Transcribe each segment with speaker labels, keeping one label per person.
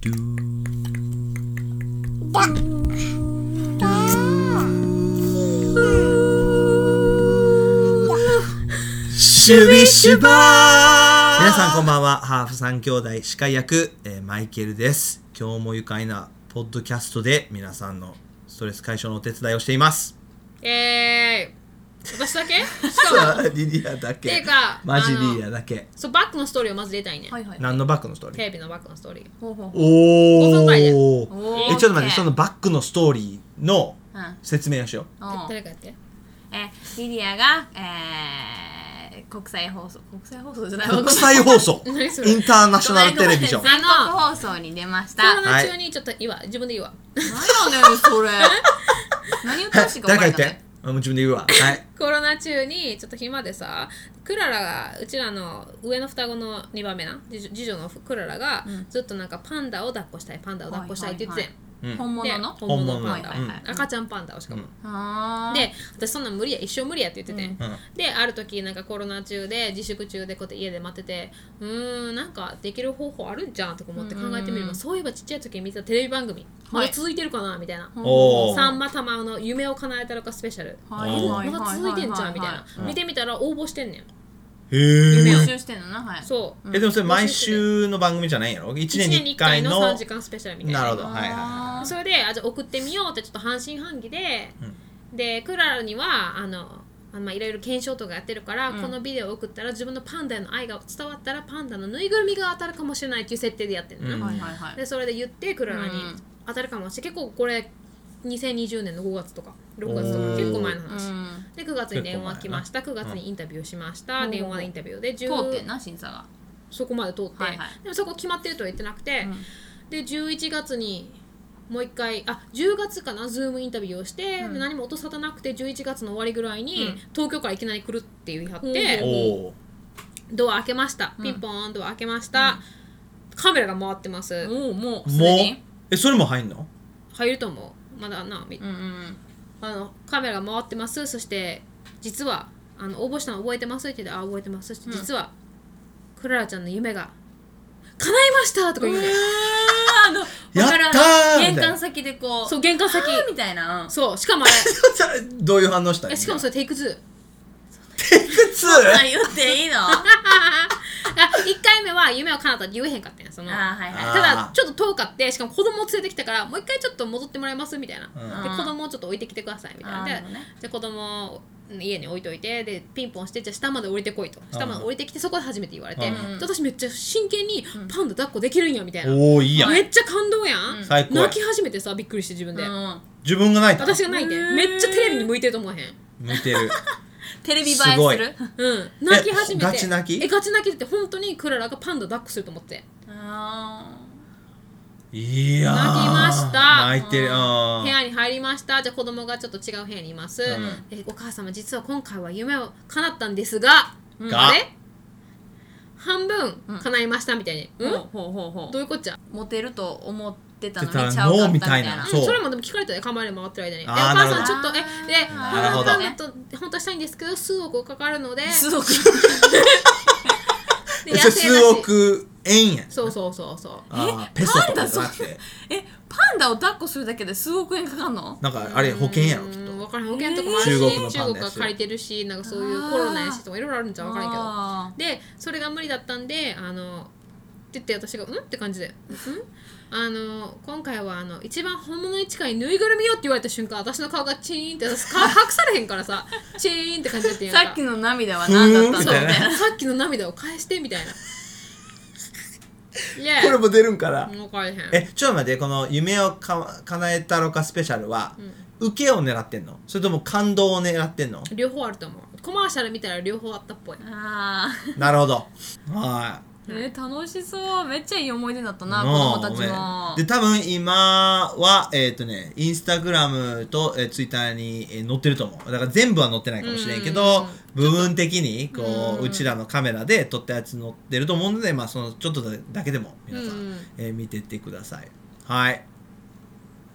Speaker 1: ドゥー
Speaker 2: だだ
Speaker 1: シュビシュバー皆さんこんばんはハーフ三兄弟司会役、えーマイケルです今日も愉快なポッドキャストで皆さんのストレス解消のお手伝いをしています
Speaker 3: えー、私だけしかも、
Speaker 1: さあリリアだけ
Speaker 3: てか
Speaker 1: マジ
Speaker 3: あの
Speaker 1: リリアだけ
Speaker 3: そう、バックのストーリーをまず出たいね。
Speaker 2: はいはい。
Speaker 1: 何のバックのストーリー
Speaker 3: テレビのバックのストーリー。
Speaker 2: ほうほうほう。
Speaker 3: 五分ぐらいで
Speaker 1: おお
Speaker 2: お
Speaker 1: え
Speaker 2: ー
Speaker 1: ちょっと待って
Speaker 2: OK
Speaker 1: そのバックのストーリーの
Speaker 2: うん
Speaker 1: 説明をしよ
Speaker 2: うん
Speaker 3: 誰かやって。
Speaker 2: えリディアが、えー、国際放送国際放送 じゃないう
Speaker 1: 国際放送イ
Speaker 3: 何それ
Speaker 1: ンターナショナルテレビジョン
Speaker 3: ごめんごめん
Speaker 2: あの放送に出ました
Speaker 3: コロ
Speaker 2: 何
Speaker 3: ナ中にちょっといいわ、自分で言うわ。
Speaker 2: やねん それ何歌うしか
Speaker 1: 誰か
Speaker 2: わか
Speaker 1: 言
Speaker 2: ん
Speaker 1: っ
Speaker 2: ない
Speaker 1: てあもう自分で言うわはい
Speaker 3: コロナ中にちょっと暇でさ、クララが、うちらの上の双子の2番目な、次女次女のクララが、ずっとなんかパンダを抱っこしたい、パンダを抱っこしたいって言ってて、
Speaker 1: うん
Speaker 2: 本
Speaker 3: で
Speaker 2: 物の
Speaker 3: 本物のパン
Speaker 1: 本物の
Speaker 3: ダ、
Speaker 1: はいはい
Speaker 2: はい
Speaker 3: 赤ちゃんパンダをしかも。
Speaker 2: あー
Speaker 3: で、私そんなん無理や、一生無理やって言ってて。
Speaker 1: うん
Speaker 3: である時なんかコロナ中で自粛中でこうやって家で待っててうーんなんかできる方法あるんじゃんとか思って考えてみればそういえばちっちゃい時に見てたテレビ番組、まだ続いてるかなみたいな
Speaker 2: ほう
Speaker 1: おー
Speaker 3: さんまたまの夢を叶えたろかスペシャル
Speaker 2: はい
Speaker 1: おー
Speaker 2: はいはい
Speaker 3: まだ続いてんじゃんみたいな
Speaker 1: うん
Speaker 3: 見てみたら応募してんねん
Speaker 1: へえ
Speaker 3: 夢を
Speaker 2: 練習してんのなはい
Speaker 3: そう
Speaker 1: えでもそれ毎週の番組じゃないんやろ1
Speaker 3: 1
Speaker 1: 年
Speaker 3: 年
Speaker 1: に
Speaker 3: に
Speaker 1: 1
Speaker 3: 1
Speaker 1: 回
Speaker 3: 回
Speaker 1: の
Speaker 3: の3時間スペシャルみたいな
Speaker 1: なるほど
Speaker 2: あー
Speaker 1: はいはいは
Speaker 3: それであじゃあ送ってみようってちょっと半信半疑で、でクララにはあのあまあいろいろ検証とかやってるから、このビデオを送ったら自分のパンダへの愛が伝わったらパンダのぬいぐるみが当たるかもしれないっていう設定でやってるの
Speaker 1: うん
Speaker 3: な、
Speaker 2: はいはいはい
Speaker 3: でそれで言ってクララに
Speaker 2: うん
Speaker 3: 当たるかもしれない結構これ2020年の5月とか6月と
Speaker 1: おー
Speaker 3: か結構前の話、
Speaker 2: うん
Speaker 3: で9月に電話来ました9月にインタビューしました、
Speaker 2: うん
Speaker 3: 電話のインタビューで10
Speaker 2: 通ってんな審査が
Speaker 3: そこまで通って、
Speaker 2: はいはい
Speaker 3: でもそこ決まってるとは言ってなくて、で11月にもう一回あ10月かなズームインタビューをして、で何も音沙汰なくて11月の終わりぐらいに、東京からいきなり来るって言い張っ
Speaker 1: い
Speaker 3: て、
Speaker 1: おお
Speaker 3: ドア開けましたピンポーンドア開けました、カメラが回ってます、
Speaker 2: もうもうす
Speaker 1: も
Speaker 2: で
Speaker 1: う
Speaker 2: に
Speaker 1: えそれも入んの
Speaker 3: 入ると思うまだな、み
Speaker 2: うんうん
Speaker 3: あのカメラが回ってますそして実はあの応募したの覚えてますって言ってあ覚えてますそして実は、クララちゃんの夢が叶いましたとか言うね、
Speaker 2: あの
Speaker 1: やったー
Speaker 2: わからん
Speaker 1: みたいな
Speaker 2: 玄関先でこう
Speaker 3: そう玄関先
Speaker 2: あーみたいな うん
Speaker 3: そうしかもあれ
Speaker 1: どういう反応した
Speaker 3: えしかもそれテイク2
Speaker 1: 普通
Speaker 2: あ言っていいのあ
Speaker 3: あ1回目は夢を叶ったって言えへんかったんやその
Speaker 2: ーはいはい
Speaker 3: た
Speaker 1: あ
Speaker 3: だ
Speaker 1: ー
Speaker 3: ちょっと遠かってしかも子供を連れてきたからもう一回ちょっと戻ってもらえますみたいな、
Speaker 1: うん
Speaker 3: で子供をちょっと置いてきてくださいみたいな
Speaker 2: あー
Speaker 3: で
Speaker 2: なるほどね
Speaker 3: じゃあ子供を家に置いといてでピンポンしてじゃあ下まで降りてこいと下まで降りてきてそこで初めて言われて、
Speaker 1: うん
Speaker 3: で私めっちゃ真剣にパンダ抱っこできるんやみたいな、
Speaker 1: おおいいやん
Speaker 3: めっちゃ感動やん、
Speaker 2: うん
Speaker 1: 最高や
Speaker 3: 泣き始めてさびっくりして自分で、
Speaker 2: うん
Speaker 1: 自分が泣いた
Speaker 3: 私が泣いて
Speaker 2: へー
Speaker 3: めっちゃテレビに向いてると思わへん
Speaker 1: 見て る
Speaker 2: テレビ映え
Speaker 1: すごい
Speaker 2: する
Speaker 3: うん泣き始めて
Speaker 1: ガチ泣き
Speaker 3: えガチ泣きだって本当にクララがパンダ抱っこすると思って
Speaker 2: あ
Speaker 1: いやー
Speaker 3: 泣きました
Speaker 1: 泣いてるあ
Speaker 3: 部
Speaker 1: ー
Speaker 3: 屋に入りましたじゃあ子供がちょっと違う部屋にいます、えお母様実は今回は夢を叶ったんですが、
Speaker 1: が
Speaker 3: あれ半分叶いましたみたいに、う
Speaker 2: ー
Speaker 3: ん、
Speaker 2: ほうほうほうほ
Speaker 3: どういうこっちゃ
Speaker 2: うモテると思ってたのに
Speaker 1: 出たら
Speaker 2: ちゃうかったみたい
Speaker 1: ノーみたいな
Speaker 2: な
Speaker 1: そう
Speaker 3: それもでも聞かれたよカメラに回ってる間にでお
Speaker 1: あー
Speaker 3: 母さ
Speaker 1: なる
Speaker 3: んちょ
Speaker 2: ほ
Speaker 3: っ
Speaker 2: ど
Speaker 3: とえで
Speaker 1: なるほど
Speaker 3: パンダと本当はしたいんですけど数億かかるので
Speaker 2: 数億
Speaker 3: で
Speaker 1: えそれ
Speaker 3: 野
Speaker 1: 数
Speaker 3: 生だし
Speaker 1: 億円やん
Speaker 3: そうそうそうそう
Speaker 1: あーペソとかじゃなくて
Speaker 2: えパンダを抱っこするだけで数億円かかるの
Speaker 1: なんかあれ保険やろきっ
Speaker 3: うん
Speaker 1: と
Speaker 3: 分からん保険とかもあるし、
Speaker 1: 中国のパンダやし
Speaker 3: 中国が借りてるしなんかそういうコロナやしとかいろいろあるんじゃ分からんけど
Speaker 2: あ
Speaker 3: でそれが無理だったんであのって言って私が「うん?」って感じで「うん?」あの今回はあの一番本物に近いぬいぐるみよって言われた瞬間私の顔がチーンって私顔隠されへんか らさチーンって感じだって
Speaker 2: ー
Speaker 3: いうか
Speaker 2: さっきの涙は何だったの
Speaker 1: ふーんみ
Speaker 2: み
Speaker 1: た
Speaker 2: た
Speaker 1: い
Speaker 2: い
Speaker 1: な
Speaker 2: な
Speaker 3: さっきの涙を返してみたい ないや
Speaker 1: これも出るんから
Speaker 3: もう返へん
Speaker 1: えちょっと待ってこの夢をか叶えたろかスペシャルは受けを狙ってんのそれとも感動を狙ってんの
Speaker 3: 両方あると思うコマーシャル見たら両方あったっぽい
Speaker 2: あー
Speaker 1: なるほどはい
Speaker 2: えー楽しそうめっちゃいい思い出だったな子
Speaker 1: もう
Speaker 2: 供たちも
Speaker 1: で多分今はえっ、とねインスタグラムと、えー、ツイッターに、えー載ってると思うだから全部は載ってないかもしれんけど部分的にこううちらのカメラで撮ったやつ載ってると思うのでまあそのちょっとだだけでも皆さん、
Speaker 3: うん
Speaker 1: えー見てってくださいはい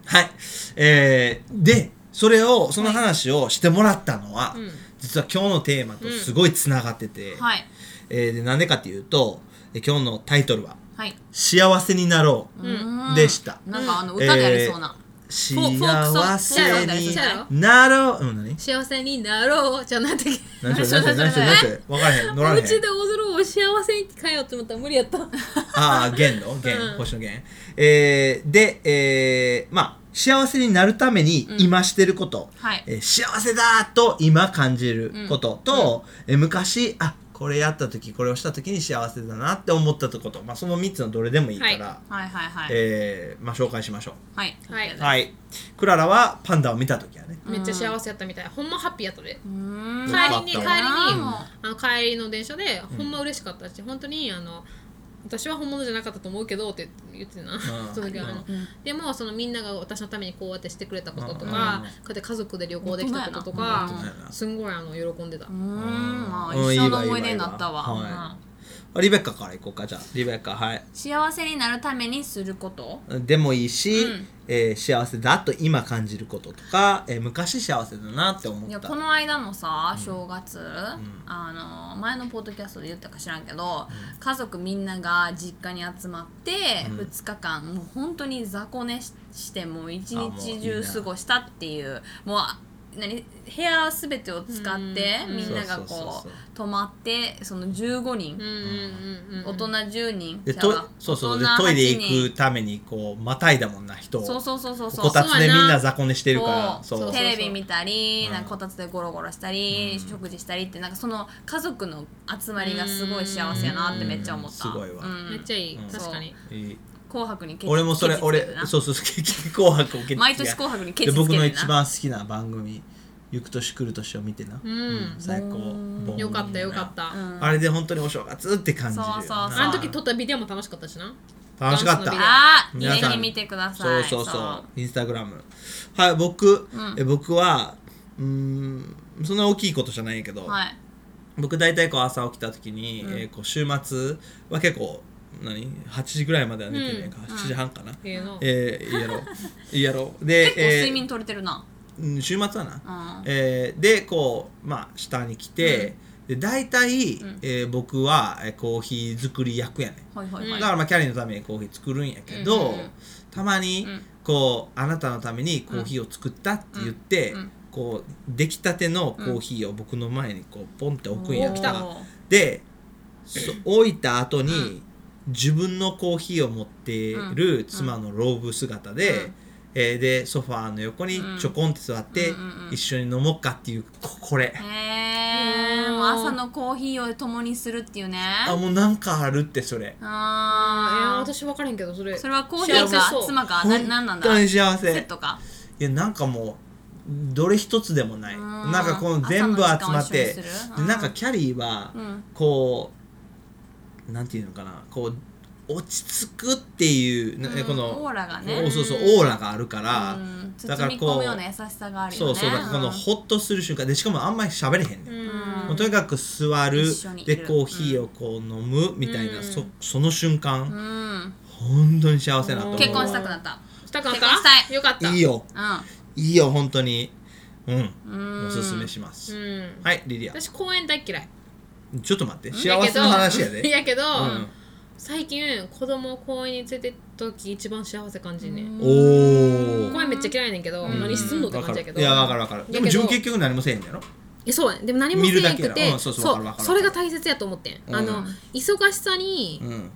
Speaker 1: はいえーでそれをその話をしてもらったのは、実は今日のテーマとすごいつながってて、
Speaker 2: はい
Speaker 1: えーでなんでかっていうと、え今日のタイトルは
Speaker 2: はい。
Speaker 1: 「幸せになろう」
Speaker 2: うん
Speaker 1: でした
Speaker 2: なんかあの歌でありそうな。
Speaker 1: 幸
Speaker 3: フォークソ
Speaker 1: せ
Speaker 3: ング
Speaker 1: に
Speaker 3: そうやろ
Speaker 1: なろううん何
Speaker 3: 幸せになろうじゃなくて
Speaker 1: 何それ何それ何それ何それ分からへん乗ら
Speaker 3: お
Speaker 1: れへ
Speaker 3: 家
Speaker 1: ん
Speaker 3: で踊ろうを幸せに変えようって思ったら無理やった
Speaker 1: ああ弦の弦
Speaker 3: うん
Speaker 1: 星の弦えーでえーまあ幸せになるために今してること、
Speaker 2: はい。
Speaker 1: えー幸せだと今感じることと、えー昔あこれやった時これをした時に幸せだなって思ったこと、まあ、その3つのどれでもいいから、
Speaker 2: はいはいはい。
Speaker 1: えーまあ、紹介しましょ
Speaker 2: はい。
Speaker 3: はいう
Speaker 1: はいクララはパンダを見た時やね
Speaker 3: めっちゃ幸せやったみたいほんまハッピーやったで
Speaker 2: うーん。
Speaker 1: よかっ
Speaker 3: 帰りに帰
Speaker 1: た
Speaker 3: りに
Speaker 1: わ
Speaker 3: あの帰りの電車でほんま嬉しかったし、本当にあの私は本物じゃなかったと思うけどって言ってたな、 その時はあの、
Speaker 2: うん
Speaker 3: でもそのみんなが私のためにこうやってしてくれたことと
Speaker 1: うん
Speaker 3: か、こうやって家族で旅行できたこととか
Speaker 1: 本当だよな、
Speaker 3: すんごいあの喜んでた、
Speaker 2: うーん。まあ
Speaker 1: うん
Speaker 2: 一生の
Speaker 1: いいわ
Speaker 2: 思
Speaker 1: いいわ
Speaker 2: い出になったわ。
Speaker 1: いいわ
Speaker 2: うん
Speaker 1: はリベッカからいこうかじゃあリベッカはい
Speaker 2: 幸せになるためにすること。
Speaker 1: でもいいし、
Speaker 2: うん
Speaker 1: えー幸せだと今感じることとか、えー昔幸せだなって思
Speaker 2: い
Speaker 1: っ
Speaker 2: や
Speaker 1: た
Speaker 2: この間のさ正月、あの前のポッドキャストで言ったか知らんけど、家族みんなが実家に集まって
Speaker 1: うん
Speaker 2: 2日間、もう本当に雑魚寝ししてもう一
Speaker 1: あもうい
Speaker 2: 日
Speaker 1: い
Speaker 2: 中
Speaker 1: な
Speaker 2: 過ごしたっていうもうあ何部屋すべてを使って
Speaker 3: うん
Speaker 2: みん
Speaker 1: そ
Speaker 2: なが
Speaker 1: うそうそう
Speaker 2: こ
Speaker 1: そう
Speaker 2: う泊まってその15人、
Speaker 3: うんうんうんうん、
Speaker 2: 大人10人
Speaker 1: で
Speaker 2: じゃあ
Speaker 1: とそうそうで
Speaker 2: 大人
Speaker 1: トイレ
Speaker 2: 8
Speaker 1: 行
Speaker 2: 人
Speaker 1: くためにこうまたいだもんな人を
Speaker 2: そうそうそうそうそう
Speaker 1: こたつでみんな雑魚寝してるから
Speaker 2: そう
Speaker 1: そう
Speaker 2: テレビ見たり、
Speaker 1: うん
Speaker 2: なんかこたつでゴロゴロしたり、
Speaker 1: うん
Speaker 2: 食事したりってなんかその家族の集まりがすごい幸せやなってめっちゃ思った、
Speaker 1: うんすごいわ
Speaker 2: うん
Speaker 3: めっちゃいい、
Speaker 1: うん
Speaker 3: 確かに
Speaker 1: いい
Speaker 2: 紅白にケチ
Speaker 1: 俺もそれ
Speaker 2: ケチつけ
Speaker 1: 俺
Speaker 2: てるな
Speaker 1: そうそうそう結局紅白を受け
Speaker 2: 毎年紅白にケ
Speaker 1: で
Speaker 2: チつけて
Speaker 1: 僕
Speaker 2: る
Speaker 1: の
Speaker 2: な
Speaker 1: 一番好きな番組「ゆく年来る年」を見てな、
Speaker 3: うん
Speaker 1: 最高
Speaker 2: うん
Speaker 3: よかったよかっ、た、
Speaker 2: うん
Speaker 1: あれで本当にお正月って感じるよな
Speaker 2: そうそうそう
Speaker 3: あの時撮ったビデオも楽しかったしな
Speaker 1: 楽しかっ
Speaker 3: ダンスのビデオ
Speaker 1: た
Speaker 2: あー
Speaker 1: 皆
Speaker 2: ぜ
Speaker 1: さん
Speaker 2: ひ見てくだ
Speaker 1: そ
Speaker 2: さ
Speaker 1: う
Speaker 2: い
Speaker 1: そうそうインスタグラムはい僕、え僕はうーんそんな大きいことじゃないけど、
Speaker 2: はい
Speaker 1: 僕大体こう朝起きた時に、えーこう週末は結構何8時ぐらいまでは寝てねえか、7時半かな、
Speaker 3: ええの
Speaker 1: えー、いいやろういいやろうで
Speaker 2: 結構睡眠取れてるな、
Speaker 1: えーうん週末はな、
Speaker 2: うん
Speaker 1: えーでこうまあ下に来て、で大体、えー僕はえーコーヒー作り役やねん
Speaker 2: はいはい
Speaker 1: だ
Speaker 2: はい、
Speaker 1: からまあキャリーのためにコーヒー作るんやけど、
Speaker 2: うんうんうん
Speaker 1: たまにこうあなたのためにコーヒーを作ったって言って、
Speaker 2: うんうん
Speaker 1: こう出来たてのコーヒーを僕の前にこうポンって置くんや
Speaker 2: おー
Speaker 1: んかでそ置いた後に、自分のコーヒーを持ってる妻のローブ姿で、
Speaker 2: うん
Speaker 1: えーでソファーの横にちょこんって座って、
Speaker 2: うんうんうん
Speaker 1: 一緒に飲もうかっていうここれ、
Speaker 2: へえ
Speaker 3: うん
Speaker 2: 朝のコーヒーを共にするっていうね
Speaker 1: あもうなんかあるってそれ
Speaker 3: えー、
Speaker 2: あー
Speaker 3: 私分からへんけどそれ
Speaker 2: それはコーヒーか
Speaker 3: 幸せそう
Speaker 2: 妻かな
Speaker 1: 本
Speaker 2: なんなんだ
Speaker 1: 当
Speaker 2: セ
Speaker 1: に幸せ
Speaker 2: ットか
Speaker 1: いやなんかもうどれ一つでもない
Speaker 2: うん
Speaker 1: なんかこの全部集まって
Speaker 2: 朝の時間を一緒にする
Speaker 1: で
Speaker 2: うん
Speaker 1: なんかキャリーは
Speaker 2: うん
Speaker 1: こうなんていうのかなこう落ち着くっていうな
Speaker 2: うん
Speaker 1: この
Speaker 2: オーラがね
Speaker 1: おそうそうオーラがあるから
Speaker 2: うん包
Speaker 1: だから
Speaker 2: み
Speaker 1: こう
Speaker 2: 込むような優しさがあるよ
Speaker 1: そ
Speaker 2: ね
Speaker 1: うそうだからこの
Speaker 2: うん
Speaker 1: ホッとする瞬間でしかもあんまり喋れへんねん
Speaker 3: うん
Speaker 1: もうとにかく座る
Speaker 2: 一緒にい
Speaker 1: で
Speaker 2: る
Speaker 1: コーヒーをこう飲むみたいな
Speaker 3: うん
Speaker 1: そその瞬間
Speaker 2: うん
Speaker 1: 本当に幸せだなと思う
Speaker 2: 結婚したくなった
Speaker 3: したかっ
Speaker 2: 結婚した
Speaker 3: た
Speaker 2: い
Speaker 3: よかった
Speaker 1: いいよ
Speaker 2: う
Speaker 1: いいよ本当にうん
Speaker 2: んうん
Speaker 1: おすすめします
Speaker 3: うん
Speaker 1: はいリリア
Speaker 3: 私公園大嫌い
Speaker 1: ちょっと待って幸せの話やで
Speaker 3: やけど、
Speaker 1: うん
Speaker 3: 最近子供を公園に連れてった時一番幸せ感じんね、
Speaker 1: おお
Speaker 3: 公園めっちゃ嫌いねんけど、何すんのって感じやけど
Speaker 1: いやわかるわかる
Speaker 3: や
Speaker 1: で
Speaker 3: けど
Speaker 1: も自分結局何もせえへんのやろ
Speaker 3: いやそうやねでも何もせえん
Speaker 1: 見る
Speaker 3: く
Speaker 1: だけや
Speaker 3: て、
Speaker 1: ろうんそうそうわかるわかる
Speaker 3: それが大切やと思ってん、
Speaker 1: うん
Speaker 3: あの忙しさに、
Speaker 1: うん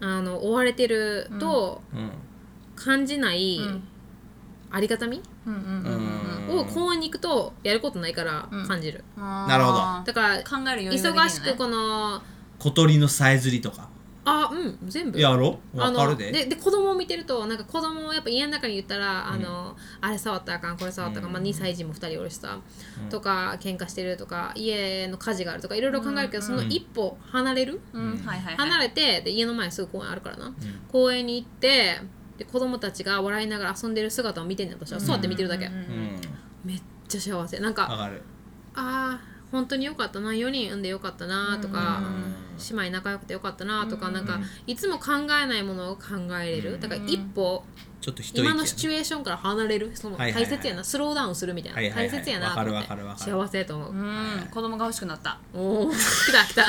Speaker 3: あの追われてると
Speaker 1: うん
Speaker 3: 感じない
Speaker 2: うん
Speaker 3: ありがたみ、
Speaker 2: うんうんうんうん
Speaker 1: うん
Speaker 3: を公園に行くとやることないから感じる、
Speaker 1: なるほど
Speaker 2: あー
Speaker 3: だから
Speaker 2: 考える余裕ができるね
Speaker 3: 忙しくこの
Speaker 1: 小鳥のさえずりとか
Speaker 3: あうん全部
Speaker 1: やろ
Speaker 3: あ
Speaker 1: わか
Speaker 3: の
Speaker 1: る
Speaker 3: で
Speaker 1: で
Speaker 3: で子供を見てるとなんか子供をやっぱ家の中に言ったら、あのあれ触ったらあかんこれ触ったらあかん、まあ、2歳児も2人おるしさ、とか喧嘩してるとか家の火事があるとかいろいろ考えるけど、その一歩離れる、
Speaker 2: うんはいはいはい
Speaker 3: 離れてで家の前すぐ公園あるからな、公園に行ってで子供たちが笑いながら遊んでる姿を見てんねん私は座って見てるだけ、
Speaker 1: うん
Speaker 3: めっちゃ幸せなんか
Speaker 1: わかる
Speaker 3: あー本当によかったな4人産んでよかったなとか、
Speaker 1: うん
Speaker 3: 姉妹仲良くてよかったなとか、
Speaker 2: うん
Speaker 3: なんかいつも考えないものを考えれる、
Speaker 1: うん
Speaker 3: だから一歩
Speaker 1: ちょっと一息やね
Speaker 3: 今のシチュエーションから離れるその
Speaker 1: はい
Speaker 3: 大
Speaker 1: はいはい
Speaker 3: 切やな、スローダウンするみたいな、
Speaker 1: はいはいはい
Speaker 3: 大切やなと思っ
Speaker 1: わ
Speaker 3: て
Speaker 1: かるわかるわかる
Speaker 3: 幸せやと思う、
Speaker 2: うん子供が欲しくなった
Speaker 3: おお来た来た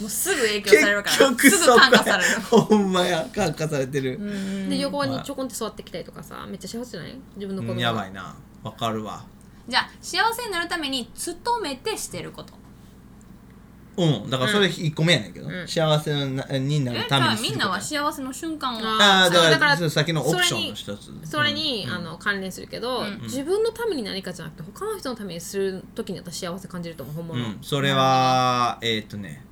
Speaker 2: もうすぐ影響されるから
Speaker 1: 結局
Speaker 2: すぐ
Speaker 1: そこ
Speaker 2: 感化される
Speaker 1: ほんまや感化されてる、
Speaker 2: うん
Speaker 3: で横にちょこんって座ってきたりとかさめっちゃ幸せじゃない自分の子
Speaker 1: う
Speaker 3: 供
Speaker 1: ん
Speaker 3: が
Speaker 1: やばいなわかるわ
Speaker 2: じゃあ幸せになるために努めてしてること
Speaker 1: うんだからそれ一個目やねんけど、
Speaker 3: うん
Speaker 1: 幸せなにな
Speaker 2: え
Speaker 1: る
Speaker 2: じ
Speaker 1: ため
Speaker 2: ゃ
Speaker 1: に
Speaker 2: あ
Speaker 1: する
Speaker 2: み
Speaker 1: こと
Speaker 2: んなは幸せの瞬間を
Speaker 3: あ
Speaker 1: ああだから
Speaker 3: だから
Speaker 1: そうさっきのオプションの一つ
Speaker 3: それに、
Speaker 1: うん
Speaker 3: あの関連するけど、
Speaker 2: うん
Speaker 3: 自分のために何かじゃなくて他の人のためにする時に私幸せ感じると思う本
Speaker 1: う
Speaker 3: 物、
Speaker 1: ん、それはえっ、とね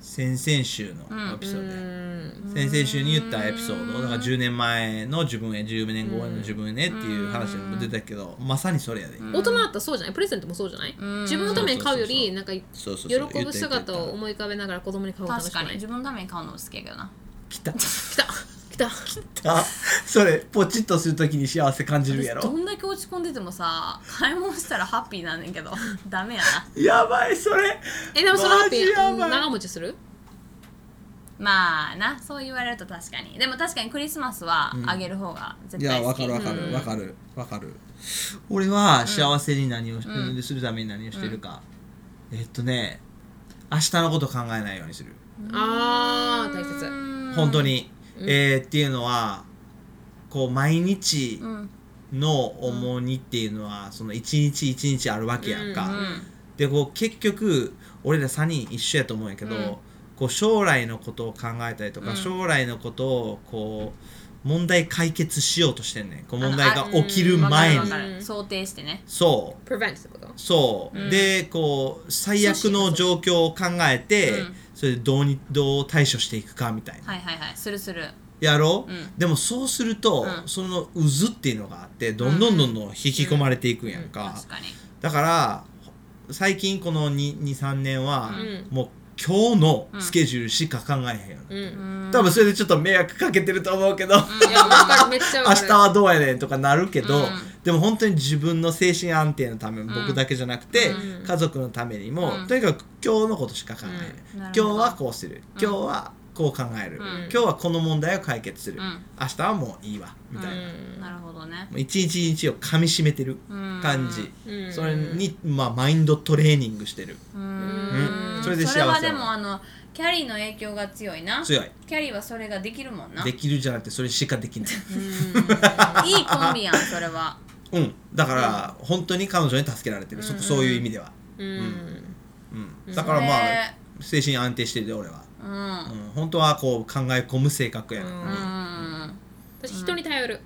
Speaker 1: 先々週のエピソードや、
Speaker 3: ん
Speaker 1: 先々週に言ったエピソードだから10年前の自分へ10年後への自分へっていう話も出たけどまさにそれやで、
Speaker 3: 大人だったらそうじゃないプレゼントもそうじゃない、
Speaker 2: ん
Speaker 3: 自分のために買うよりなんか
Speaker 1: そうそう
Speaker 3: 喜
Speaker 1: そう
Speaker 3: ぶ姿を
Speaker 1: 言って
Speaker 3: 思い浮かべながら子供に買うこと
Speaker 2: 確
Speaker 3: しか
Speaker 2: か
Speaker 3: な
Speaker 2: に
Speaker 3: い
Speaker 2: 自分のために買うのも好きやけどな
Speaker 1: きた
Speaker 3: 来た来た
Speaker 1: あそれポチッとするときに幸せ感じるや
Speaker 2: ど
Speaker 1: ろ
Speaker 2: んだけ落ち込んでてもさ買い物したらハッピーなんねんけど ダメや
Speaker 1: やばいそれ
Speaker 3: えでもそのハッピ
Speaker 1: マジやばい
Speaker 3: ー長持ちする
Speaker 2: なまあなそう言われると確かにでも確かにクリスマスは
Speaker 1: ん
Speaker 2: あげる方が絶
Speaker 1: いや
Speaker 2: 対好
Speaker 1: わか
Speaker 2: き、
Speaker 1: るわか
Speaker 2: うん
Speaker 1: るわかるわかる俺は幸せに何をし、するために何をしてるか、えっとね明日のこと考えないようにする
Speaker 3: あー大切
Speaker 1: 本当に、えーっていうのはこう毎日
Speaker 2: うん
Speaker 1: の重荷っていうのは、その一日一日あるわけやんか、
Speaker 2: うん
Speaker 1: でこう結局俺ら3人一緒やと思うんやけど、
Speaker 2: うん
Speaker 1: こう将来のことを考えたりとか、
Speaker 2: うん
Speaker 1: 将来のことをこう問題解決しようとしてんねんこう問題が起きる
Speaker 2: わか
Speaker 1: 前
Speaker 2: る
Speaker 1: に
Speaker 2: わかる想定してね
Speaker 1: そう
Speaker 3: prevent ってこと
Speaker 1: そう、
Speaker 2: うん
Speaker 1: でこう最悪の状況を考えて、
Speaker 2: うん
Speaker 1: それでどうにどう対処していくかみたいな、
Speaker 2: はいはいはいするする
Speaker 1: やろう、
Speaker 2: うん
Speaker 1: でもそうすると、
Speaker 2: うん
Speaker 1: その渦っていうのがあってどんどんどんどん引き込まれていくんやんか、
Speaker 2: 確かに
Speaker 1: だから最近この23年は、
Speaker 3: うん
Speaker 1: もう今日のスケジュールしか考えへんよ、
Speaker 3: うん、い
Speaker 2: うん
Speaker 1: 多分それでちょっと迷惑かけてると思うけど、
Speaker 3: やわかるめっ
Speaker 1: 明
Speaker 3: ちゃわかる
Speaker 1: 日はどうやねんとかなるけど、
Speaker 2: うん
Speaker 1: でも本当に自分の精神安定のため、僕だけじゃなくて、
Speaker 3: うん
Speaker 1: 家族のためにも、
Speaker 2: うん
Speaker 1: とにかく今日のことしか考えない、
Speaker 2: うんな
Speaker 1: 今
Speaker 2: るほ
Speaker 1: 日
Speaker 2: ど
Speaker 1: はこうする今日はこう考える、
Speaker 2: うん
Speaker 1: 今日はこの問題を解決する、
Speaker 2: うん
Speaker 1: 明日はもういいわみたいな、も
Speaker 3: うん
Speaker 2: なるほどね
Speaker 1: う一日一日を噛みしめてる
Speaker 2: うん
Speaker 1: 感じ、
Speaker 3: うん
Speaker 1: それに、まあ、マインドトレーニングしてる
Speaker 2: う
Speaker 1: うん
Speaker 2: ん
Speaker 1: それで幸せ
Speaker 2: はでもあのキャリーの影響が強いな
Speaker 1: 強い
Speaker 2: キャリーはそれができるもんない
Speaker 1: で
Speaker 2: い
Speaker 1: きるじゃなくてそれしかできない
Speaker 2: コンビやんそれは
Speaker 1: うんだから、本当に彼女に助けられてる、そそういう意味では、
Speaker 3: うん
Speaker 1: うん、だからまあ精神安定してるで俺は、
Speaker 2: うん
Speaker 1: うん、本当はこう考え込む性格やのに、
Speaker 3: うん
Speaker 2: うん
Speaker 3: 私人に頼る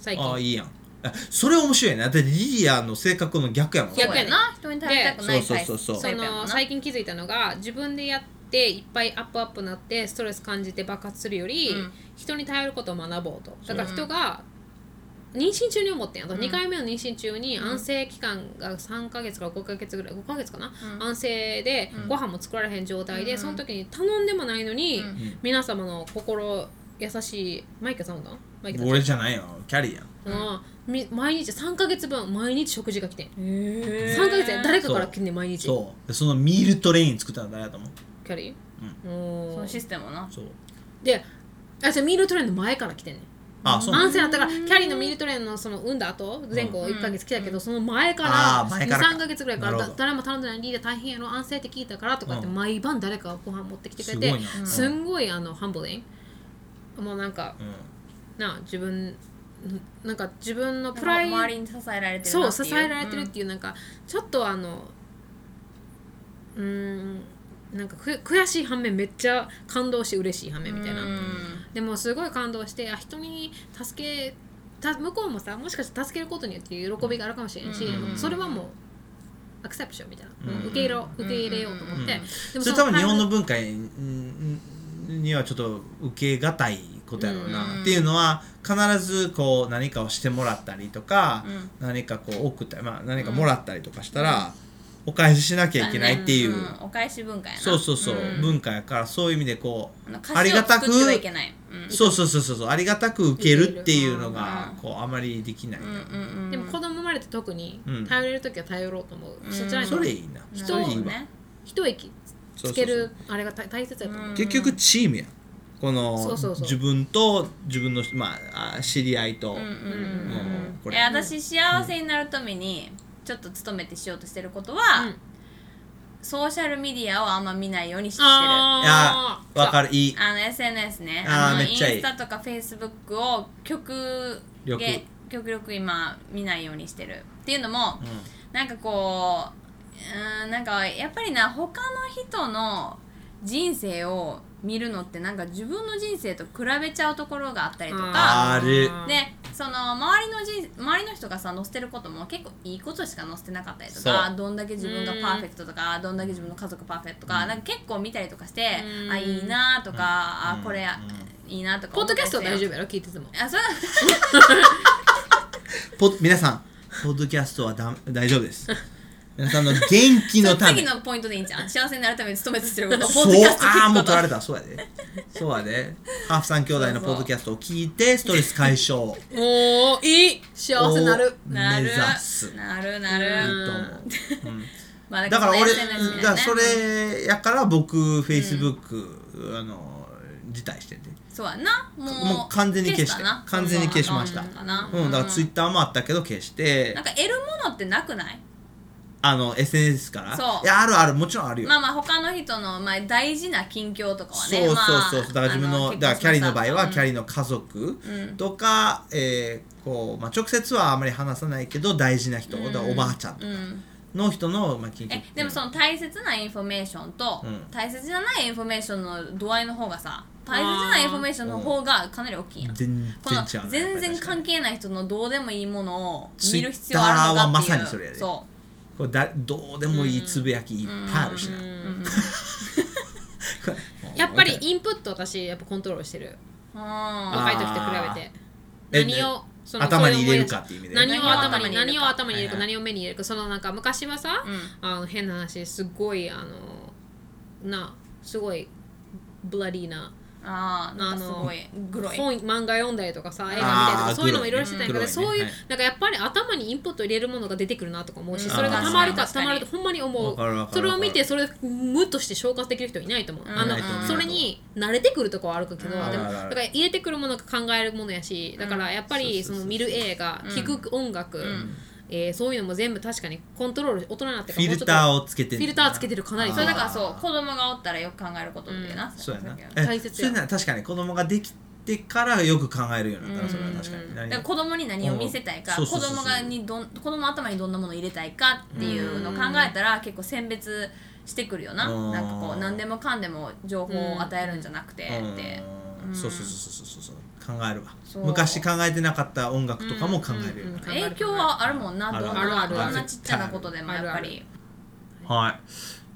Speaker 3: 最近
Speaker 1: ああいいやんあそれ面白いねだってリリアの性格の逆やもん
Speaker 3: 逆
Speaker 2: 逆
Speaker 3: や
Speaker 2: や
Speaker 3: ね
Speaker 2: な人に頼りたくない
Speaker 1: で
Speaker 2: タイプ
Speaker 1: そうそうそうそ
Speaker 3: そ
Speaker 1: タ
Speaker 3: の最近気づいたのが自分でやっていっぱいアップアップなってストレス感じて爆発するより、
Speaker 2: うん
Speaker 3: 人に頼ることを学ぼうとだから人が妊娠中に思ってんやと、2回目の妊娠中に安静期間が3ヶ月から5ヶ月ぐらい5ヶ月かな、安静でご飯も作られへん状態で、その時に頼んでもないのに、皆様の心優しいマイケルさんだマイケルさん
Speaker 1: 俺じゃないよキャリーやん
Speaker 3: うんみ毎日3ヶ月分毎日食事が来てん、
Speaker 2: へ
Speaker 3: 3ヶ月で誰かから来てんねん毎日
Speaker 1: そうでそのミールトレイン作ったの誰やと思う
Speaker 3: キャリー、おー
Speaker 2: そのシステムをな
Speaker 1: そう
Speaker 3: であじゃあミールトレインの前から来てんねん
Speaker 1: あそう
Speaker 3: 安静だったからキャリーのミールトレインのその産んだ後前後1か月来たけど、その前から
Speaker 1: あー前からか
Speaker 3: 23か月ぐらいか
Speaker 1: な
Speaker 3: ら
Speaker 1: るほ
Speaker 3: だ
Speaker 1: ど
Speaker 3: 誰も頼んでないリーダー大変やろ安静って聞いたからとかって
Speaker 1: うん
Speaker 3: 毎晩誰かがご飯持ってきてくれ
Speaker 1: す
Speaker 3: て
Speaker 1: ごいなうん
Speaker 3: すんごいあのハンボリンもうなんか
Speaker 1: うん
Speaker 3: なあ自分なんか自分のプ
Speaker 2: プ
Speaker 3: ラ
Speaker 2: ラ
Speaker 3: イ
Speaker 2: イ周りに支えられてる
Speaker 3: そ
Speaker 2: な
Speaker 3: う
Speaker 2: って
Speaker 3: 支
Speaker 2: いう
Speaker 3: えられてるっていうなんかちょっとあのうーんなんかく悔しい反面めっちゃ感動して嬉しい反面みたいな、
Speaker 2: うん
Speaker 3: でもすごい感動してあ人に助けた向こうもさもしかして助けることによって喜びがあるかもしれんし、
Speaker 2: うん
Speaker 3: それはもうアクセプトしようみたいな、
Speaker 1: うん
Speaker 3: もう受け入れよう受け入れようと思って、でも
Speaker 1: それ多分日本の文化にんにはちょっと受けがたいことやろうな、
Speaker 2: うん
Speaker 1: っていうのは必ずこう何かをしてもらったりとか、
Speaker 2: うん
Speaker 1: 何かこう送ったり、まあ、何かもらったりとかしたら、お返ししなきゃいけないっていう、
Speaker 2: んお返し文化やな
Speaker 1: そうそうそう、
Speaker 3: うん
Speaker 1: 文化やからそういう意味でこう、
Speaker 2: あの
Speaker 1: あ
Speaker 2: 歌
Speaker 1: り
Speaker 2: 詞を
Speaker 1: がた
Speaker 2: 作
Speaker 1: く
Speaker 2: ってはいけないうん
Speaker 1: そうそうそうそうそうありがたく受けるっていうのが
Speaker 2: うん
Speaker 1: こうあまりできない、
Speaker 2: うんうんうん
Speaker 3: でも子供生まれて特に
Speaker 1: うん
Speaker 3: 頼れる時は頼ろうと思う、
Speaker 2: うん
Speaker 3: そっちじゃないと
Speaker 1: それいいな
Speaker 3: 人
Speaker 1: それいいわ、
Speaker 2: ね
Speaker 3: 一息
Speaker 1: そうそうそう
Speaker 3: つけるあれが大大切だと思う、
Speaker 2: うん
Speaker 1: 結局チームやんこの
Speaker 3: そうそうそう
Speaker 1: 自分と自分の、まあ、あ知り合いと、
Speaker 2: うんうん
Speaker 1: うん
Speaker 2: うん
Speaker 1: こ
Speaker 2: い
Speaker 1: れ
Speaker 2: や私幸せになるためにちょっと勤めてしようとしてることは、
Speaker 3: うん
Speaker 2: ソーシャルメディアをあんま見ないようにしてる
Speaker 1: あ
Speaker 2: あ
Speaker 3: あー
Speaker 1: わかるいい
Speaker 2: の SNS ね
Speaker 1: あー
Speaker 2: の
Speaker 1: めっちゃいい
Speaker 2: インスタとかフェイスブックを極
Speaker 1: よく
Speaker 2: げ極力今見ないようにしてるっていうのも、
Speaker 1: うん
Speaker 2: なんかこううーんなんかやっぱりな他の人の人生を見るのってなんか自分の人生と比べちゃうところがあったりとか
Speaker 1: ある
Speaker 2: でその周りの人周りの人がさ載せてることも結構いいことしか載せてなかったりとか
Speaker 1: そう
Speaker 2: どんだけ自分がパーフェクトとかどんだけ自分の家族パーフェクトとか,、なんか結構見たりとかして
Speaker 3: うん
Speaker 2: あいいなと
Speaker 1: う
Speaker 2: か、
Speaker 1: ん
Speaker 2: あこれ、いいなとか
Speaker 3: ポッドキャストは大丈
Speaker 2: 夫
Speaker 3: 夫やろ聞いてても
Speaker 2: あそう
Speaker 1: ポッ皆さんポッドキャストはだ大丈夫です皆さんの元気のため
Speaker 2: 次のポイントでいいんじゃん幸せになるために努めてする こと
Speaker 1: そう
Speaker 2: ポッドキャスト聞くこと
Speaker 1: ああーもう取られたそうやでそうやでハーフさん兄弟のポッドキャストを聞いてストレス解消
Speaker 3: おーいい幸せなる
Speaker 1: お
Speaker 2: なる
Speaker 1: 目指す
Speaker 2: なるな
Speaker 1: と
Speaker 2: る、
Speaker 1: 思う、 うん
Speaker 2: まあ、
Speaker 1: だから俺、
Speaker 2: SNS みた
Speaker 1: だか
Speaker 2: い
Speaker 1: ら
Speaker 2: なね
Speaker 1: それやから僕フェイスブックあの辞退してて、
Speaker 2: そうやなもう
Speaker 1: もう完全に消して
Speaker 2: たな
Speaker 1: 完全に消しました
Speaker 2: うんかな
Speaker 1: うん、だからツイッターもあったけど消して
Speaker 2: なんか得るものってなくない
Speaker 1: あの SNS から
Speaker 2: そう
Speaker 1: いやあるあるもちろんあるよ、
Speaker 2: まあまあ他の人のまあ大事な近況とかは
Speaker 1: そう
Speaker 2: ね
Speaker 1: そうそうそうだから自分のだからキャリーの場合はキャ
Speaker 2: リ
Speaker 1: リーの家族とか、えーこうまあ、直接はあまり話さないけど大事な人、だからおばあちゃんとかの人の、まあ、緊急
Speaker 2: えでもその大切なインフォメーションと
Speaker 1: うん
Speaker 2: 大切じゃないインフォメーションの度合いの方がさ大切なインフォメーションの方がかなり大きいやん
Speaker 1: 全
Speaker 2: この
Speaker 1: 然違う
Speaker 2: 全然関
Speaker 1: 係
Speaker 2: 係ない人のどうでもいいものを見る必要あるのかってい
Speaker 1: Twitter はまさ
Speaker 2: う
Speaker 1: にそれやで
Speaker 2: そ
Speaker 1: これだどうでもいいつぶやきいっぱいあるしな、
Speaker 2: う、
Speaker 3: やっぱりインプット私やっぱコントロールしてる
Speaker 2: うん、
Speaker 1: あ
Speaker 3: 若い時と比べ
Speaker 1: え
Speaker 3: て何をその
Speaker 1: 頭に入れるかっていう意味でね
Speaker 3: 何を頭に
Speaker 2: 何
Speaker 3: 何
Speaker 2: を
Speaker 3: を頭
Speaker 2: 頭
Speaker 1: に入
Speaker 3: に入
Speaker 1: れ
Speaker 3: れ
Speaker 1: る
Speaker 3: る
Speaker 1: か
Speaker 3: か何を目に入れるかそのなんか昔はさ、
Speaker 2: うん
Speaker 3: あの変な話すごいあのなすごいブラディーな
Speaker 2: ああなんかすごいグロい
Speaker 3: 本漫画読んだりとかさ映画見たりと
Speaker 1: あー
Speaker 3: かそういうのもいろいろしてたんやけど、
Speaker 1: 黒い黒いね
Speaker 3: そういう、
Speaker 1: はい
Speaker 3: なんかやっぱり頭にインプット入れるものが出てくるなとか思うし、
Speaker 2: うん
Speaker 3: それがたまる
Speaker 2: あ
Speaker 3: か
Speaker 2: ー
Speaker 3: たまるとほんまに思
Speaker 1: わかるわか
Speaker 3: う
Speaker 1: る
Speaker 3: それを見て
Speaker 1: わ
Speaker 3: それを無として消化できる人いないと思う、あの
Speaker 1: いないと思う
Speaker 3: それに慣れてくるとこはあるけど、でも
Speaker 1: あるあるあ
Speaker 3: だ
Speaker 1: る
Speaker 3: から入れてくるものが考えるものやしだからやっぱり
Speaker 1: そ
Speaker 3: そう
Speaker 1: そうそうそう
Speaker 3: の見る映画聴く音楽、えーそういうのも全部確かにコントロール大人になって
Speaker 1: フ
Speaker 3: か
Speaker 1: ィ
Speaker 3: らもうちょ
Speaker 1: ル
Speaker 3: っと
Speaker 1: ターをつけてん
Speaker 3: フィルターつけてるかなり
Speaker 1: あー
Speaker 2: それだからそう子供がおったらよく考えることっていうな、
Speaker 1: そうやな
Speaker 2: だ
Speaker 1: え
Speaker 3: 大切
Speaker 1: そう
Speaker 3: や
Speaker 1: いうのは確かに子供ができてからよく考えるようになったらそれは確かに
Speaker 2: から子供に何を見せたいか、
Speaker 1: うん
Speaker 2: 子供がにどん子供の頭にどんなものを入れたいかっていうのを考えたら結構選別してくるよな、
Speaker 1: うん
Speaker 2: なんかこう何でもかんでも情報を与えるんじゃなくてって、
Speaker 1: うんそうそうそうそうそうそう考えるわ
Speaker 2: そう
Speaker 1: 昔考えてなかった音楽とかも考えるようになる
Speaker 3: うんうん
Speaker 2: 影響はあるもんな
Speaker 1: ある
Speaker 2: どん
Speaker 3: ある
Speaker 2: な
Speaker 3: ある
Speaker 2: どんなちっちゃなことでもやっぱり
Speaker 1: は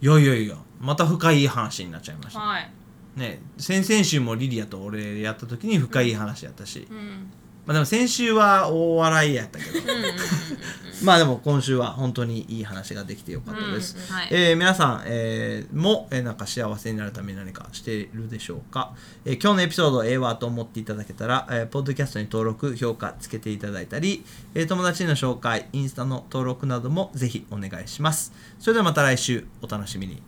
Speaker 1: いいやいやいやまた深い話になっちゃいました
Speaker 2: はい、
Speaker 1: ね先々週もリリアと俺やった時に深い話やったし
Speaker 2: うん、
Speaker 1: まあでも先週は大笑いやったけどまあでも今週は本当にいい話ができてよかったです
Speaker 2: うんうんはい
Speaker 1: えー皆さん、えーも、えーなんか幸せになるために何かしているでしょうか、えー今日のエピソードええわと思っていただけたら、えーポッドキャストに登録評価つけていただいたり、えー友達への紹介インスタの登録などもぜひお願いしますそれではまた来週お楽しみに